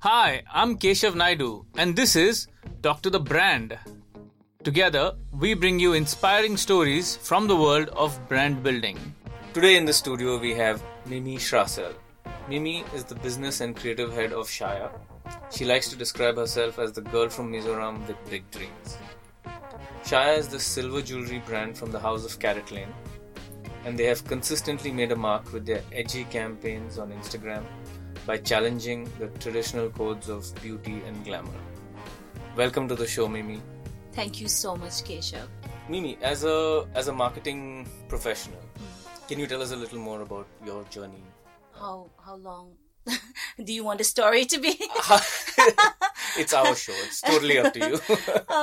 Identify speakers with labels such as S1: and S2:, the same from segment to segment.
S1: Hi, I'm Keshav Naidu, and this is Talk to the Brand. Together, we bring you inspiring stories from the world of brand building. Today in the studio, we have Mimi Schrasel. Mimi is the business and creative head of Shaya. She likes to describe herself as the girl from Mizoram with big dreams. Shaya is the silver jewelry brand from the house of Carrot Lane, and they have consistently made a mark with their edgy campaigns on Instagram by challenging the traditional codes of beauty and glamour. Welcome to the show, Mimi.
S2: Thank you so much, Keshav.
S1: Mimi, as a as a marketing professional, can you tell us a little more about your journey?
S2: How how long do you want the story to be?
S1: it's our show. It's totally up to you.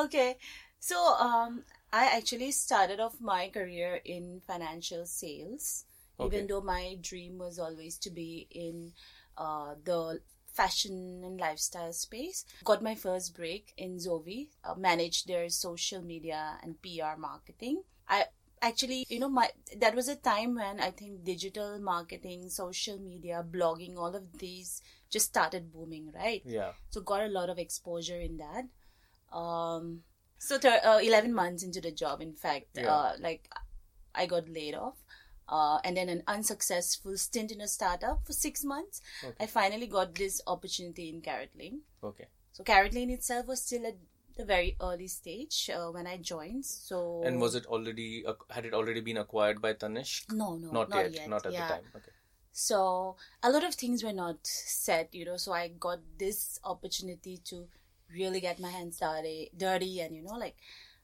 S2: okay. So um I actually started off my career in financial sales.
S1: Okay.
S2: Even though my dream was always to be in uh, the fashion and lifestyle space, got my first break in Zovi, uh, managed their social media and PR marketing. I actually, you know, my that was a time when I think digital marketing, social media, blogging, all of these just started booming, right?
S1: yeah.
S2: so got a lot of exposure in that um so thir- uh, 11 months into the job in fact uh,
S1: Yeah.
S2: like i got laid off uh, and then an unsuccessful stint in a startup for six months
S1: Okay.
S2: i finally got this opportunity in carrot lane
S1: Okay.
S2: so carrot lane itself was still at the very early stage uh, when i joined so
S1: And was it already ac- had it already been acquired by Tanishq?
S2: no no
S1: not,
S2: not,
S1: yet, Not at
S2: yeah.
S1: the time. Okay.
S2: So a lot of things were not set, you know. So I got this opportunity to really get my hands dirty, dirty, and you know, like,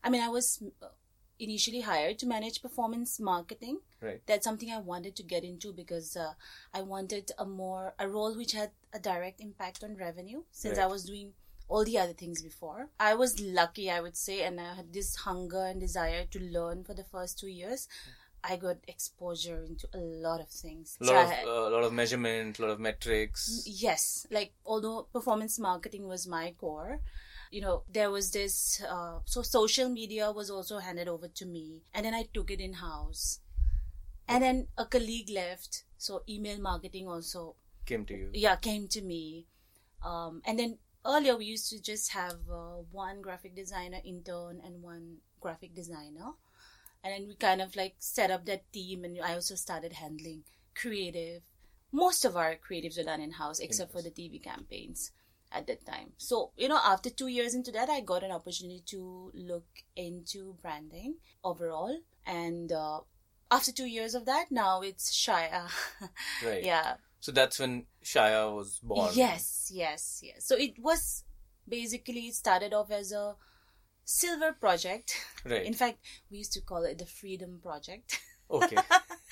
S2: I mean, I was uh, initially hired to manage performance marketing.
S1: Right.
S2: That's something I wanted to get into because uh, I wanted a more a role which had a direct impact on revenue since I
S1: Right.
S2: was doing all the other things before. I was lucky, I would say, and I had this hunger and desire to learn for the first two years. I got exposure into a lot of things.
S1: A
S2: So
S1: lot of
S2: I- Mm,
S1: a lot of measurement, a lot of metrics.
S2: yes like although performance marketing was my core you know there was this uh, so social media was also handed over to me and then i took it in house and then a colleague left so email marketing also
S1: Came to you.
S2: yeah came to me um, and then earlier we used to just have uh, one graphic designer intern and one graphic designer and then we kind of like set up that team and i also started handling creative most of our creatives were done in-house except for the tv campaigns at that time so you know after two years into that i got an opportunity to look into branding overall and uh, after two years of that now it's shia mm,
S1: Right.
S2: yeah
S1: So that's when Shaya was born.
S2: Yes, yes, yes. So it was basically it started off as a silver project.
S1: Right.
S2: In fact, we used to call it the Freedom Project.
S1: Okay.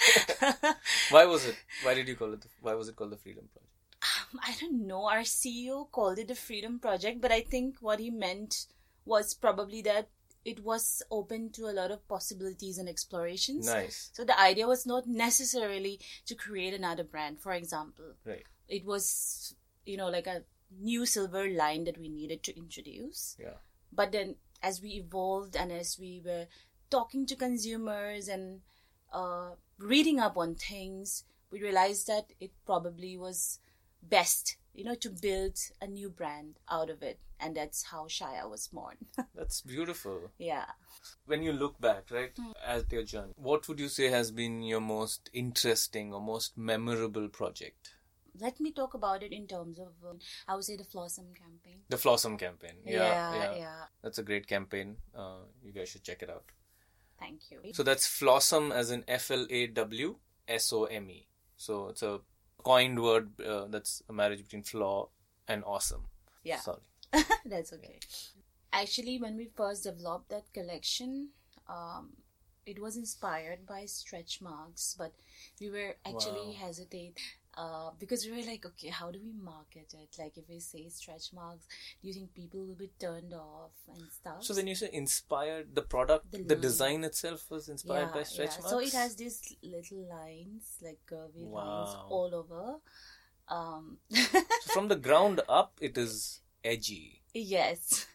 S2: I
S1: Why was it? Why did you call it? The, why was it called the Freedom Project?
S2: don't know. Our CEO called it the Freedom Project, but I think what he meant was probably that it was open to a lot of possibilities and explorations.
S1: Nice.
S2: So the idea was not necessarily to create another brand, for example.
S1: Right.
S2: It was, you know, like a new silver line that we needed to introduce.
S1: Yeah.
S2: But then as we evolved and as we were talking to consumers and uh, reading up on things, we realized that it probably was best, you know, to build a new brand out of it. And that's how Shia was born.
S1: That's beautiful.
S2: yeah.
S1: When you look back, right,
S2: Hmm.
S1: at your journey, what would you say has been your most interesting or most memorable project?
S2: Let me talk about it in terms of, uh, I would say, the Flossom campaign.
S1: The Flossom campaign. Yeah.
S2: yeah,
S1: That's a great campaign. Uh, you guys should check it out.
S2: Thank you.
S1: So that's Flossom as in F L A W S O M E. So it's a coined word uh, that's a marriage between flaw and awesome.
S2: Yeah.
S1: Sorry.
S2: That's okay. Actually, when we first developed that collection, um, it was inspired by stretch marks, but we were actually
S1: Wow.
S2: hesitate uh, because we were like, okay, how do we market it? Like, if we say stretch marks, do you think people will be turned off and stuff?
S1: So when you say inspired, the product, the,
S2: The line.
S1: design itself was inspired by stretch marks.
S2: So it has these little lines, like curvy lines
S1: Wow.
S2: all over. Um,
S1: So from the ground up, it is edgy.
S2: yes,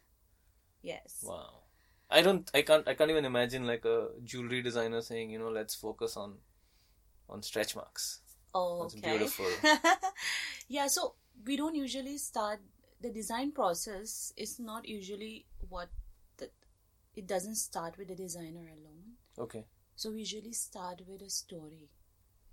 S2: yes.
S1: Wow. I don't. I can't. I can't even imagine like a jewelry designer saying, you know, let's focus on, on stretch marks.
S2: Oh,
S1: That's
S2: okay.
S1: beautiful.
S2: yeah so we don't usually start the design process is not usually what the, it doesn't start with the designer alone
S1: Okay.
S2: so we usually start with a story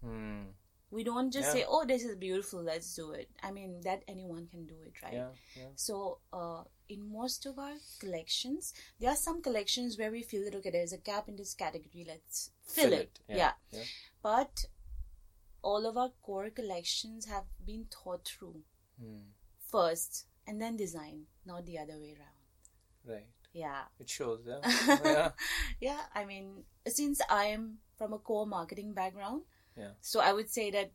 S1: Hmm.
S2: we don't just
S1: Yeah.
S2: say oh this is beautiful let's do it i mean that anyone can do it right
S1: Yeah. Yeah.
S2: so uh, in most of our collections there are some collections where we feel that okay there's a gap in this category let's fill, it,
S1: Yeah.
S2: yeah
S1: yeah.
S2: but all of our core collections have been thought through
S1: Hmm.
S2: first and then design, not the other way around.
S1: Right.
S2: Yeah.
S1: It shows. Yeah. yeah.
S2: Yeah, I mean, since I am from a core marketing background,
S1: Yeah.
S2: so I would say that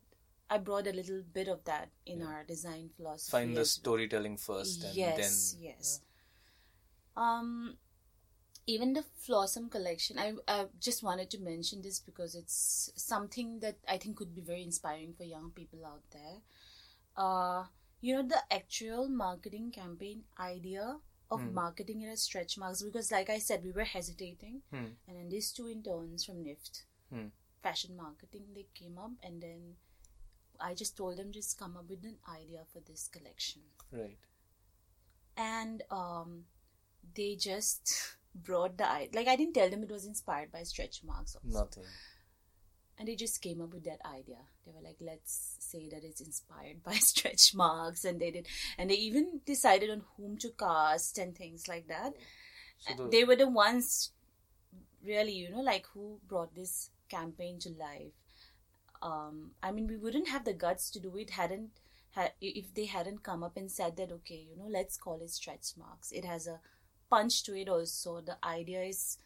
S2: I brought a little bit of that in
S1: Yeah.
S2: our design philosophy.
S1: Find the
S2: as
S1: storytelling first, and
S2: yes,
S1: then
S2: yes. Um, even the Flossom collection, I, I just wanted to mention this because it's something that I think could be very inspiring for young people out there. Uh, you know, the actual marketing campaign idea of
S1: Hmm.
S2: marketing it as stretch marks because, like I said, we were hesitating,
S1: Hmm.
S2: and then these two interns from NIFT,
S1: Hmm.
S2: fashion marketing, they came up, and then I just told them just come up with an idea for this collection
S1: Right.
S2: and um, they just brought the idea. Like I didn't tell them it was inspired by stretch marks, also.
S1: Nothing.
S2: and they just came up with that idea. They were like, "Let's say that it's inspired by stretch marks," and they did, and they even decided on whom to cast and things like that.
S1: So
S2: And
S1: the-
S2: Uh, They were the ones, really, you know, like who brought this campaign to life. Um, I mean, we wouldn't have the guts to do it hadn't ha- if they hadn't come up and said that, okay, you know, let's call it stretch marks. It has a punch to it. Also, the idea is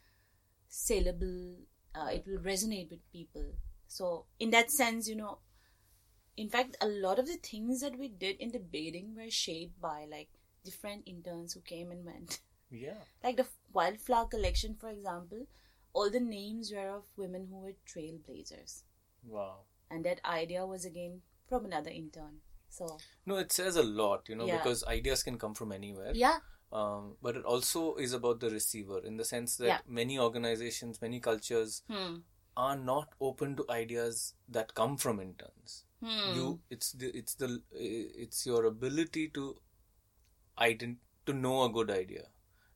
S2: saleable. Uh, it will resonate with people. So, in that sense, you know, in fact, a lot of the things that we did in the beginning were shaped by like different interns who came and went
S1: yeah.
S2: like the wildflower collection for example all the names were of women who were trailblazers
S1: Wow.
S2: and that idea was again from another intern so
S1: No, it says a lot, you know,
S2: Yeah.
S1: because ideas can come from anywhere.
S2: yeah
S1: Um, but it also is about the receiver in the sense that
S2: Yeah.
S1: many organizations, many cultures
S2: hmm.
S1: are not open to ideas that come from interns.
S2: Hmm.
S1: You, it's the, it's the, it's your ability to, ident- to know a good idea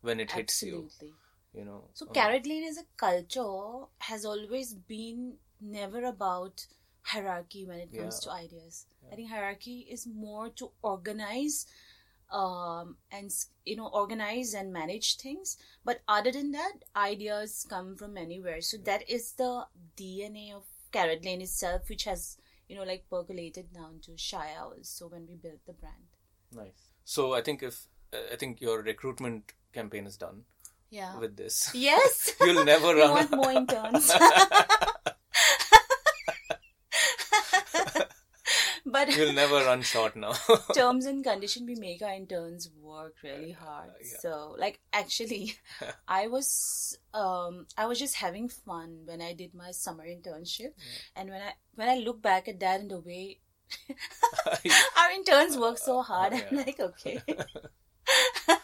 S1: when it hits you.
S2: absolutely
S1: You know.
S2: so
S1: Um,
S2: carrot lane as a culture has always been never about hierarchy when it comes
S1: Yeah.
S2: to ideas
S1: Yeah.
S2: i think hierarchy is more to organize um, and s- you know organize and manage things but other than that ideas come from anywhere so that is the dna of carrot lane itself which has you know like percolated down to shire also when we built the brand
S1: Nice. So I think if I think your recruitment campaign is done
S2: yeah
S1: with this,
S2: yes
S1: you'll never
S2: we
S1: run.
S2: Ah. want more interns but
S1: You'll never run short now.
S2: terms and condition we make our interns work really hard
S1: yeah.
S2: so like actually i was um i was just having fun when i did my summer internship and when i when i look back at that and the way our interns work so hard i'm
S1: Uh, oh, Yeah.
S2: like okay yeah,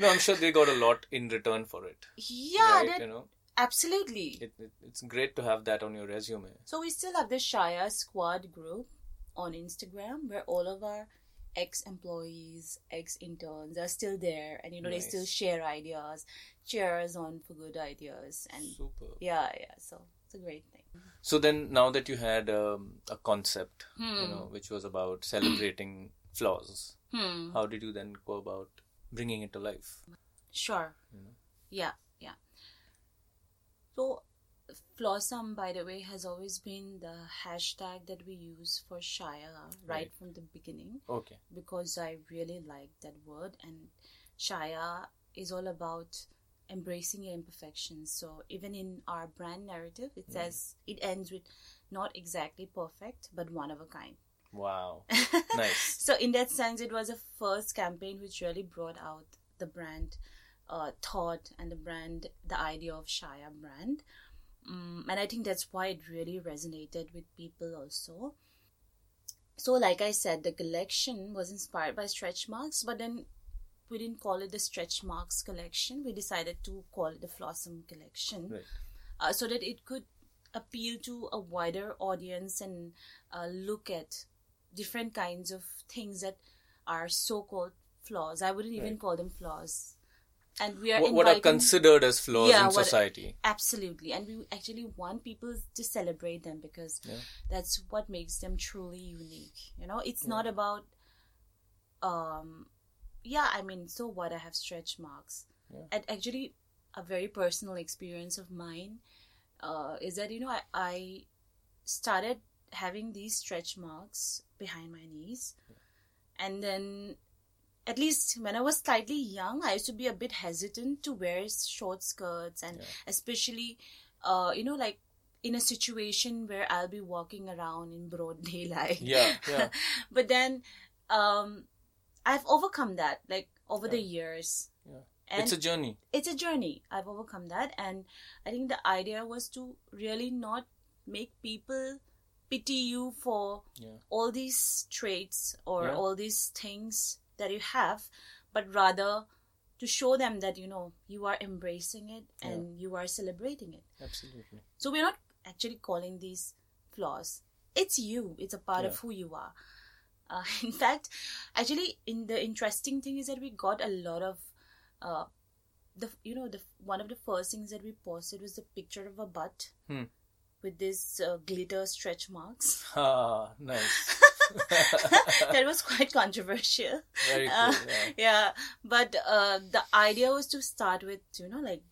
S1: no, I'm sure they got a lot in return for it. right?
S2: that,
S1: you know,
S2: absolutely
S1: it, it, it's great to have that on your resume.
S2: So we still have the Shire Squad group on Instagram where all of our ex employees, ex interns are still there and you know they still
S1: Nice.
S2: share ideas, cheers on for good ideas and
S1: Super.
S2: yeah, yeah. So it's a great thing.
S1: So then, now that you had um, a concept, you
S2: Hmm.
S1: know, which was about celebrating flaws,
S2: Hmm.
S1: how did you then go about bringing it to life?
S2: Sure.
S1: Mhm.
S2: Yeah, yeah. So, Flossom, by the way, has always been the hashtag that we use for Shire right
S1: Right.
S2: from the beginning.
S1: Okay.
S2: because I really like that word. And Shaya is all about embracing your imperfections. So even in our brand narrative, it says it ends with not exactly perfect, but one of a kind.
S1: Wow. nice.
S2: So in that sense, it was a first campaign which really brought out the brand uh, thought and the brand, the idea of Shaya brand. Mm, and I think that's why it really resonated with people also. So, like I said, the collection was inspired by stretch marks, but then we didn't call it the stretch marks collection. We decided to call it the Flossom collection
S1: Right.
S2: uh, so that it could appeal to a wider audience and uh, look at different kinds of things that are so-called flaws. I wouldn't even
S1: Right.
S2: call them flaws. And we are
S1: What, what are
S2: inviting-
S1: considered as flaws
S2: Yeah,
S1: in
S2: what-
S1: society?
S2: Absolutely. And we actually want people to celebrate them because
S1: Yeah.
S2: that's what makes them truly unique. You know, it's not about um yeah, I mean, so what I have stretch marks.
S1: Yeah.
S2: And actually a very personal experience of mine uh is that you know, I, I started having these stretch marks behind my knees. And then at least when I was slightly young, I used to be a bit hesitant to wear short skirts and
S1: Yeah.
S2: especially, uh, you know, like in a situation where I'll be walking around in broad daylight.
S1: Yeah, yeah.
S2: but then um, I've overcome that, like over the years.
S1: Yeah.
S2: And
S1: it's a journey.
S2: it's a journey. I've overcome that, and I think the idea was to really not make people pity you for
S1: Yeah.
S2: all these traits or
S1: Yeah.
S2: all these things that you have, but rather to show them that you know you are embracing it and you are celebrating it.
S1: Absolutely.
S2: So we're not actually calling these flaws. It's you. It's a part of
S1: Yeah.
S2: who you are. Uh, in fact, actually, in the interesting thing is that we got a lot of, uh, the you know the one of the first things that we posted was the picture of a butt
S1: Hmm.
S2: with this uh, glitter stretch marks.
S1: Ah, nice.
S2: that was quite controversial.
S1: Very cool.
S2: Uh,
S1: yeah.
S2: Yeah, but uh, the idea was to start with, you know, like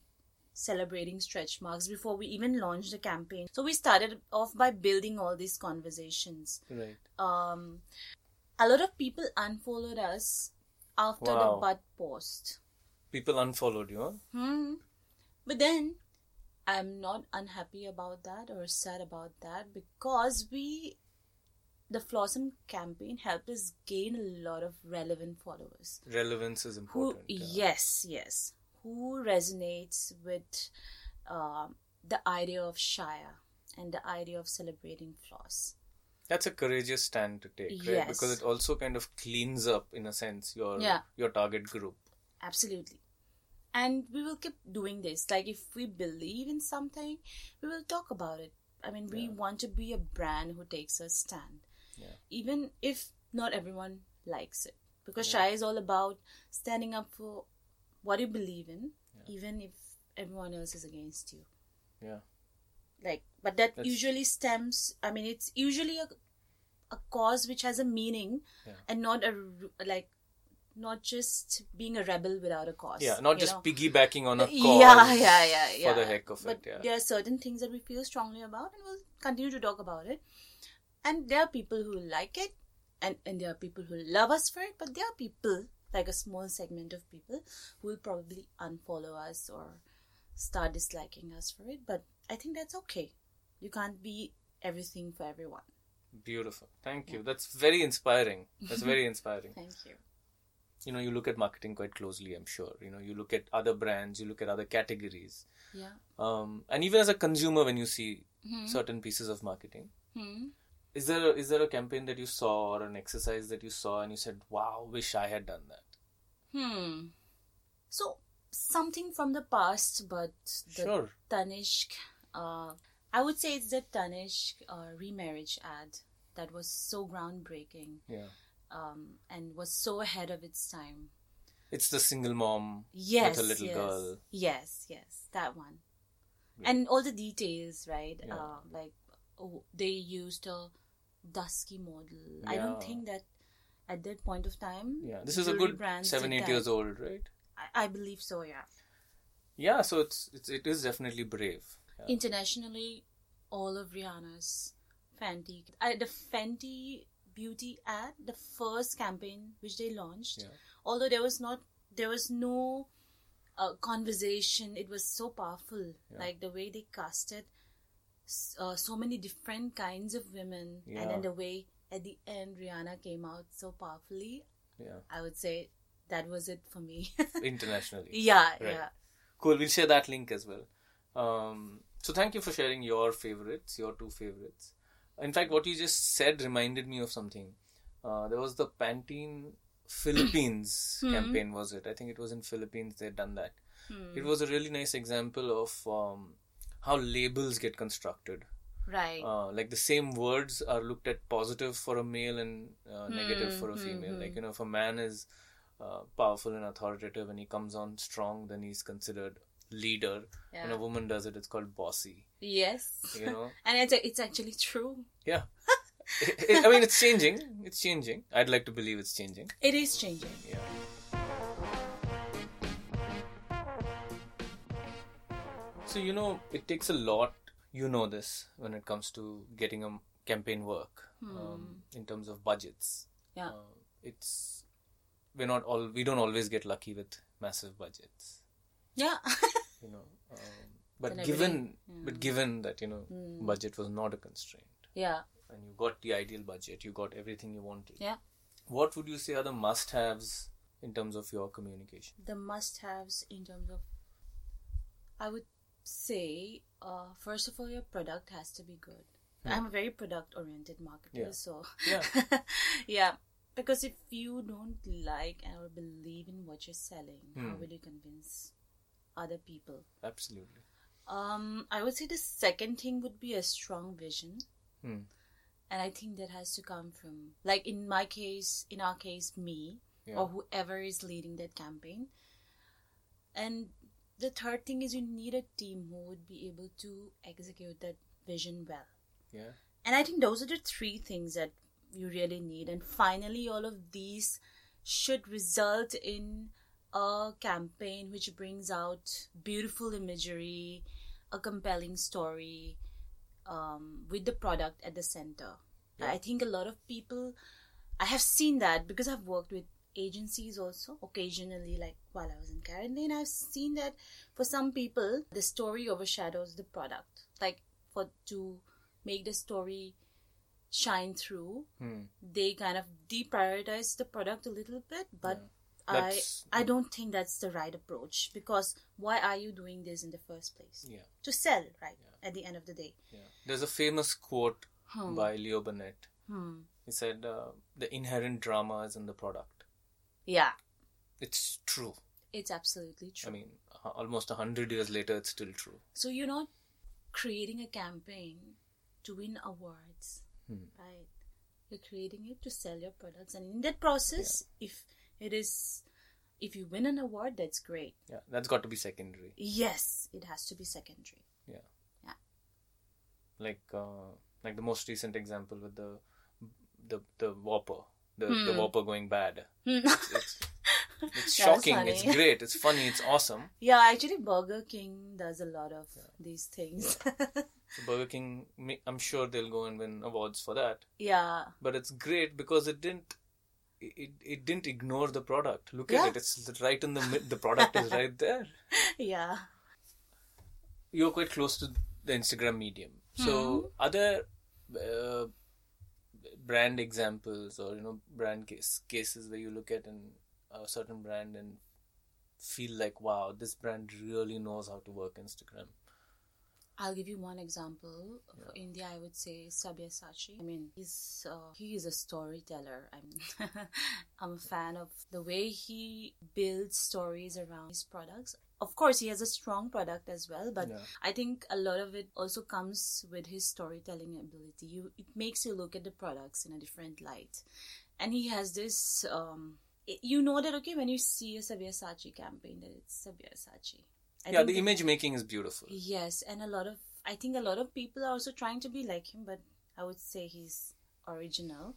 S2: celebrating stretch marks before we even launched the campaign. So we started off by building all these conversations.
S1: Right.
S2: Um, a lot of people unfollowed us after
S1: Wow.
S2: the butt post.
S1: People unfollowed you, huh?
S2: Hmm. But then I'm not unhappy about that or sad about that because we, the Flossom campaign helped us gain a lot of relevant followers
S1: Relevance is
S2: who
S1: important. yeah.
S2: yes yes who resonates with um the idea of shire and the idea of celebrating flaws
S1: That's a courageous stand to take, right?
S2: Yes.
S1: Because it also kind of cleans up, in a sense, your
S2: Yeah.
S1: your target group.
S2: absolutely and we will keep doing this like if we believe in something we will talk about it i mean we
S1: Yeah.
S2: want to be a brand who takes a stand
S1: Yeah.
S2: even if not everyone likes it because shire is all about standing up for what you believe in even if everyone else is against you
S1: Yeah.
S2: like but that
S1: That's-
S2: usually stems i mean it's usually a, a cause which has a meaning
S1: Yeah.
S2: and not a r- like not just being a rebel without a cause
S1: Yeah, not
S2: you
S1: just
S2: know?
S1: piggybacking on a cause.
S2: yeah yeah yeah yeah
S1: For the heck of
S2: but
S1: it, yeah.
S2: there are certain things that we feel strongly about and we'll continue to talk about it and there are people who like it and, and there are people who love us for it but there are people like a small segment of people who will probably unfollow us or start disliking us for it but i think that's okay you can't be everything for everyone
S1: Beautiful. Thank you. That's very inspiring. That's very inspiring.
S2: thank you
S1: You know, you look at marketing quite closely, I'm sure. You know, you look at other brands, you look at other categories.
S2: yeah
S1: Um, and even as a consumer, when you see
S2: Mm-hmm.
S1: certain pieces of marketing,
S2: hmm.
S1: is there a, is there a campaign that you saw or an exercise that you saw and you said, "Wow, wish I had done that."
S2: hmm so something from the past but the
S1: Sure.
S2: Tanishq. Uh, I would say it's the Tanishq uh, remarriage ad that was so groundbreaking
S1: Yeah.
S2: um, and was so ahead of its time.
S1: It's the single mom
S2: Yes,
S1: with a little
S2: yes,
S1: girl.
S2: yes, yes, that one,
S1: Yeah.
S2: and all the details, right?
S1: Yeah.
S2: Uh, like oh, they used a dusky model. I don't
S1: Yeah.
S2: think that at that point of time,
S1: Yeah. This is a
S2: jewelry
S1: good
S2: brands did
S1: seven, eight
S2: that.
S1: years old, right?
S2: I, I believe so. Yeah.
S1: Yeah. So it's, it's it is definitely brave. Yeah.
S2: Internationally, all of Rihanna's Fenty, I, the Fenty beauty ad, the first campaign which they launched.
S1: Yeah.
S2: Although there was not, there was no uh, conversation. It was so powerful,
S1: Yeah.
S2: like the way they casted s- uh, so many different kinds of women, and
S1: Yeah.
S2: then the way at the end Rihanna came out so powerfully.
S1: yeah.
S2: I would say that was it for me.
S1: Internationally.
S2: yeah,
S1: Right.
S2: yeah.
S1: Cool. We'll share that link as well. Um, so thank you for sharing your favorites, your two favorites. In fact, what you just said reminded me of something. Uh, there was the Pantene Philippines
S2: Hmm.
S1: campaign, was it? I think it was in Philippines they'd done that.
S2: Hmm.
S1: It was a really nice example of um, how labels get constructed.
S2: Right.
S1: uh, like the same words are looked at positive for a male and uh, negative
S2: Hmm,
S1: for a
S2: hmm,
S1: female
S2: hmm.
S1: like you know if a man is uh, powerful and authoritative and he comes on strong then he's considered leader when
S2: yeah.
S1: a woman does it it's called bossy
S2: Yes.
S1: you know
S2: and it's it's actually true.
S1: I- i mean it's changing it's changing i'd like to believe it's changing
S2: It is changing.
S1: yeah so you know it takes a lot you know this when it comes to getting a m- campaign work
S2: Hmm.
S1: um, in terms of budgets
S2: Yeah.
S1: Uh, it's we're not all we don't always get lucky with massive budgets
S2: Yeah.
S1: you know um, but
S2: Then everything-
S1: given but given that you know
S2: Hmm.
S1: budget was not a constraint
S2: yeah.
S1: and you got the ideal budget you got everything you wanted
S2: Yeah.
S1: what would you say are the must haves in terms of your communication
S2: The must haves in terms of I would say, uh, first of all your product has to be good. I'm a very product oriented marketer,
S1: Yeah.
S2: so
S1: yeah
S2: yeah. Because if you don't like or believe in what you're selling, how
S1: Hmm.
S2: will you convince other people?
S1: absolutely
S2: Um, I would say the second thing would be a strong vision.
S1: Hmm.
S2: And I think that has to come from, like in my case, in our case, me
S1: yeah
S2: or whoever is leading that campaign. And the third thing is you need a team who would be able to execute that vision well.
S1: yeah
S2: And I think those are the three things that you really need. And finally, all of these should result in a campaign which brings out beautiful imagery, a compelling story, um, with the product at the center.
S1: Yeah.
S2: I think a lot of people, I have seen that because I've worked with agencies also occasionally, like while I was in quarantine, I've seen that for some people, the story overshadows the product. Like, for to make the story shine through,
S1: hmm.
S2: they kind of deprioritize the product a little bit, but
S1: Yeah.
S2: I
S1: That's-
S2: I don't think that's the right approach because why are you doing this in the first place?
S1: yeah
S2: To sell, right? At the end of the day.
S1: yeah there's a famous quote
S2: Hmm.
S1: by leo burnett
S2: Hmm.
S1: he said uh, the inherent drama is in the product
S2: Yeah,
S1: it's true
S2: it's absolutely true.
S1: i mean a- almost 100 years later it's still true
S2: so you're not creating a campaign to win awards,
S1: Hmm.
S2: right? You're creating it to sell your products, and in that process, if it is, if you win an award, that's great.
S1: yeah that's got to be secondary
S2: Yes, it has to be secondary.
S1: yeah
S2: Yeah.
S1: like uh, like the most recent example with the the the whopper the, the
S2: Hmm.
S1: whopper going bad
S2: Hmm.
S1: it's, it's
S2: That was
S1: shocking it's
S2: funny.
S1: great it's funny it's awesome
S2: yeah, actually, Burger King does a lot of these things.
S1: so burger king ma- i'm sure they'll go and win awards for that
S2: yeah,
S1: but it's great because it didn't it, it- it didn't ignore the product look
S2: Yeah.
S1: at it it's right in the mid the product is right there
S2: yeah.
S1: you're quite close to the Instagram medium.
S2: Hmm.
S1: So are there uh, brand examples or you know brand case, cases where you look at an, a certain brand and feel like wow this brand really knows how to work Instagram.
S2: I'll give you one example. For India, I would say Sabya Sachi. I mean, he's uh, he is a storyteller. I'm I'm a fan of the way he builds stories around his products. Of course, he has a strong product as well, but
S1: Yeah.
S2: I think a lot of it also comes with his storytelling ability. You, it makes you look at the products in a different light, and he has this. Um, it- you know that okay when you see a Sabya Sachi campaign that it's Sabya Sachi. I
S1: yeah,
S2: think
S1: the
S2: that-
S1: image making is beautiful.
S2: Yes, and a lot of I think a lot of people are also trying to be like him, but I would say he's original.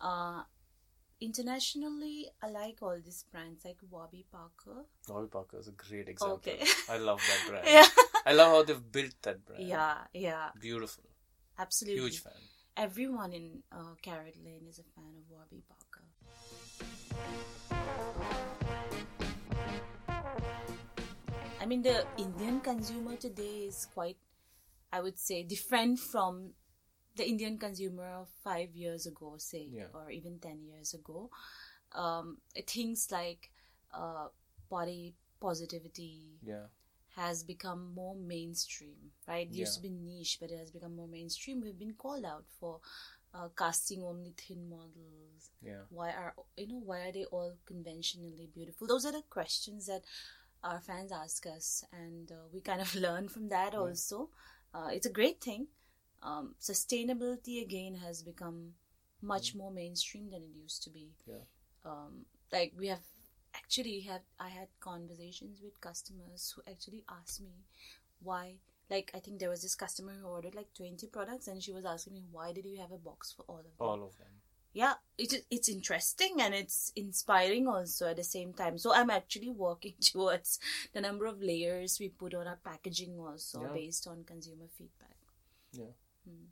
S2: Uh, internationally, I like all these brands like Wabi Parker.
S1: Warby Parker is a great example.
S2: Okay.
S1: I love that brand.
S2: Yeah,
S1: I love how they've built that brand.
S2: yeah, yeah,
S1: Beautiful.
S2: absolutely.
S1: Huge fan.
S2: Everyone in uh, Carrot Lane is a fan of Wabi Parker. I mean, the Indian consumer today is quite, I would say, different from the Indian consumer of five years ago, say,
S1: Yeah.
S2: or even 10 years ago. Um, things like uh, body positivity,
S1: Yeah.
S2: has become more mainstream, right? It used to be niche, but it has become more mainstream. We've been called out for uh, casting only thin models.
S1: Yeah.
S2: Why are you know why are they all conventionally beautiful? Those are the questions that our fans ask us, and uh, we kind of learn from that also. Uh, it's a great thing, um, sustainability again has become much more mainstream than it used to be.
S1: Yeah.
S2: Um, like we have actually had I had conversations with customers who actually asked me why. Like I think there was this customer who ordered like twenty products, and she was asking me why did you have a box for all of them?
S3: all of them.
S2: yeah it, it's interesting and it's inspiring also at the same time so i'm actually working towards the number of layers we put on our packaging also
S1: Yeah.
S2: based on consumer feedback
S1: Yeah.
S2: Hmm.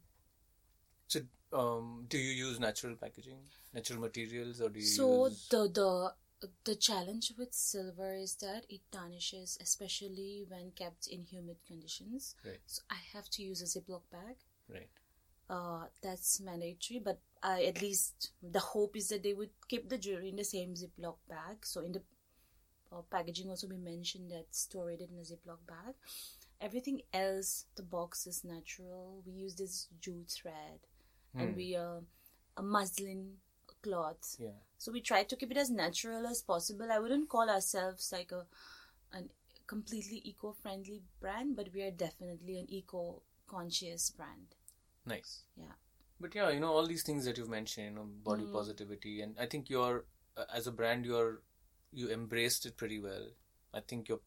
S1: So, um, do you use natural packaging, natural materials, or do you
S2: so
S1: use?
S2: the the the challenge with silver is that it tarnishes especially when kept in humid conditions
S1: Right.
S2: so i have to use a ziploc bag
S1: right.
S2: uh, that's mandatory. But I, at least the hope is that they would keep the jewelry in the same Ziploc bag. So in the uh, packaging also we mentioned that store it in a Ziploc bag. Everything else, the box is natural. We use this jute thread, and
S1: Hmm.
S2: we uh, a muslin cloth.
S1: Yeah.
S2: So we try to keep it as natural as possible. I wouldn't call ourselves like a an completely eco-friendly brand, but we are definitely an eco-conscious brand.
S1: Nice.
S2: Yeah.
S1: But yeah, you know all these things that you've mentioned, you know, body
S2: Mm.
S1: positivity, and I think you're uh, as a brand, you're you embraced it pretty well. I think you're,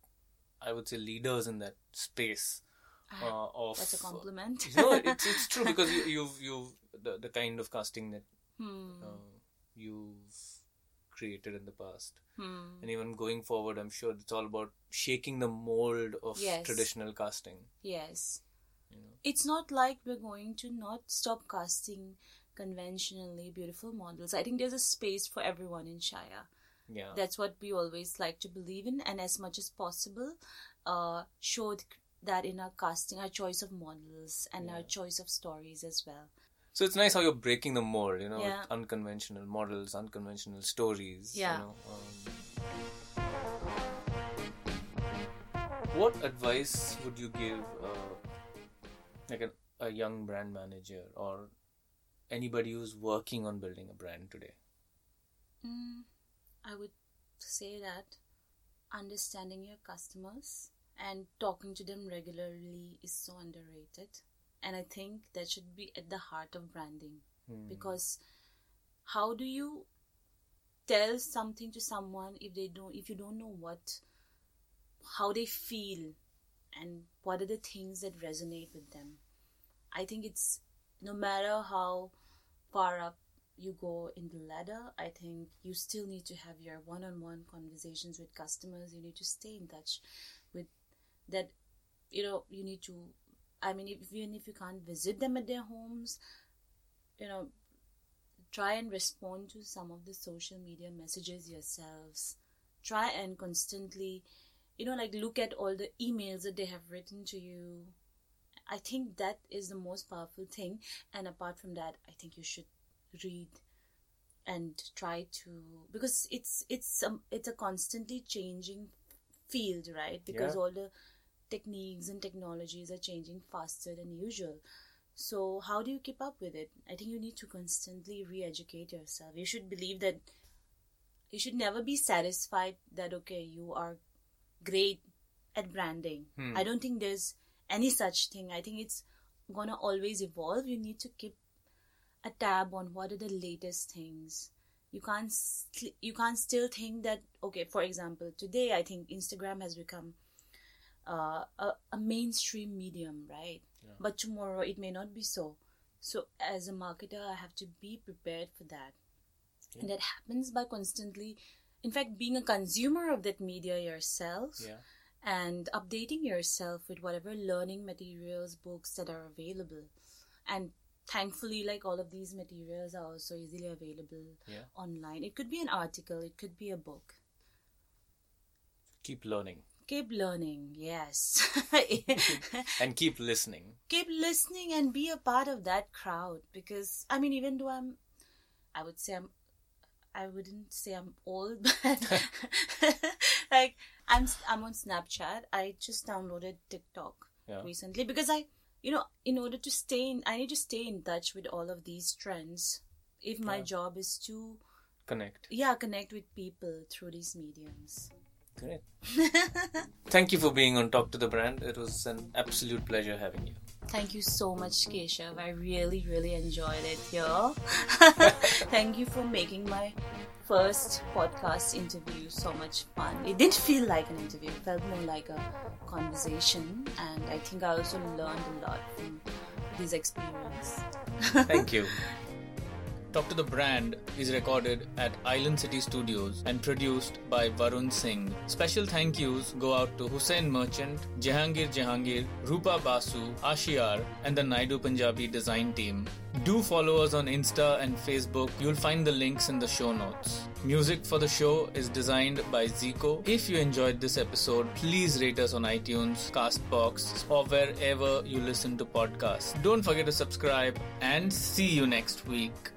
S1: I would say, leaders in that space
S2: Ah,
S1: uh, of.
S2: That's a compliment.
S1: no, it's it's true because you, you've you've the, the kind of casting that
S2: Hmm.
S1: uh, you've created in the past.
S2: Hmm.
S1: and even going forward i'm sure it's all about shaking the mold of
S2: Yes.
S1: traditional casting
S2: Yes.
S1: you know
S2: It's not like we're going to not stop casting conventionally beautiful models. I think there's a space for everyone in Shire.
S1: yeah
S2: That's what we always like to believe in, and as much as possible, uh, showed that in our casting, our choice of models, and our
S1: Yeah.
S2: choice of stories as well.
S1: so it's nice how you're breaking the mold you know
S2: Yeah.
S1: with unconventional models unconventional stories you
S2: Yeah.
S1: know, um, what advice would you give uh, like an, a young brand manager or anybody who's working on building a brand today
S2: Mm, I would say that understanding your customers and talking to them regularly is so underrated. And I think that should be at the heart of branding
S1: Hmm.
S2: because how do you tell something to someone if they don't if you don't know what how they feel and what are the things that resonate with them i think it's no matter how far up you go in the ladder i think you still need to have your one-on-one conversations with customers you need to stay in touch with that you know you need to i mean if, even if you can't visit them at their homes you know try and respond to some of the social media messages yourselves try and constantly you know like look at all the emails that they have written to you i think that is the most powerful thing and apart from that i think you should read and try to because it's it's um, it's a constantly changing field right because
S1: Yeah.
S2: all the techniques and technologies are changing faster than usual so how do you keep up with it? I think you need to constantly re-educate yourself. You should believe that you should never be satisfied that okay, you are great at branding.
S1: Hmm.
S2: I don't think there's any such thing. I think it's gonna always evolve. You need to keep a tab on what are the latest things. You can't sl- you can't still think that okay. For example, today I think Instagram has become uh, a, a mainstream medium, right?
S1: Yeah.
S2: But tomorrow it may not be so. So as a marketer, I have to be prepared for that, and that happens by constantly, in fact, being a consumer of that media yourself
S1: yeah
S2: and updating yourself with whatever learning materials, books that are available. And thankfully, like all of these materials are also easily available
S1: Yeah.
S2: online. It could be an article, it could be a book.
S1: keep learning
S2: Keep learning, yes.
S1: and keep listening
S2: keep listening and be a part of that crowd because I mean, even though I'm, I would say I'm, I wouldn't say I'm old, but like I'm, I'm on Snapchat. I just downloaded TikTok
S1: yeah
S2: recently because I, you know, in order to stay in, I need to stay in touch with all of these trends. If my
S1: Yeah.
S2: job is to,
S1: connect
S2: yeah, connect with people through these mediums.
S1: Great. Thank you for being on Talk to the Brand. It was an absolute pleasure having you.
S2: Thank you so much, Keshav. I really, really enjoyed it here. Thank you for making my first podcast interview so much fun. It didn't feel like an interview, it felt more like a conversation, and I think I also learned a lot from this experience.
S4: Thank you.
S1: Talk to the Brand is recorded at Island City Studios and produced by Varun Singh. Special thank yous go out to Hussein Merchant, Jehangir Jehangir, Rupa Basu, Ashiar, and the Naidu Punjabi design team. Do follow us on Insta and Facebook. You'll find the links in the show notes. Music for the show is designed by Zico. If you enjoyed this episode, please rate us on iTunes, Castbox, or wherever you listen to podcasts. Don't forget to subscribe and see you next week.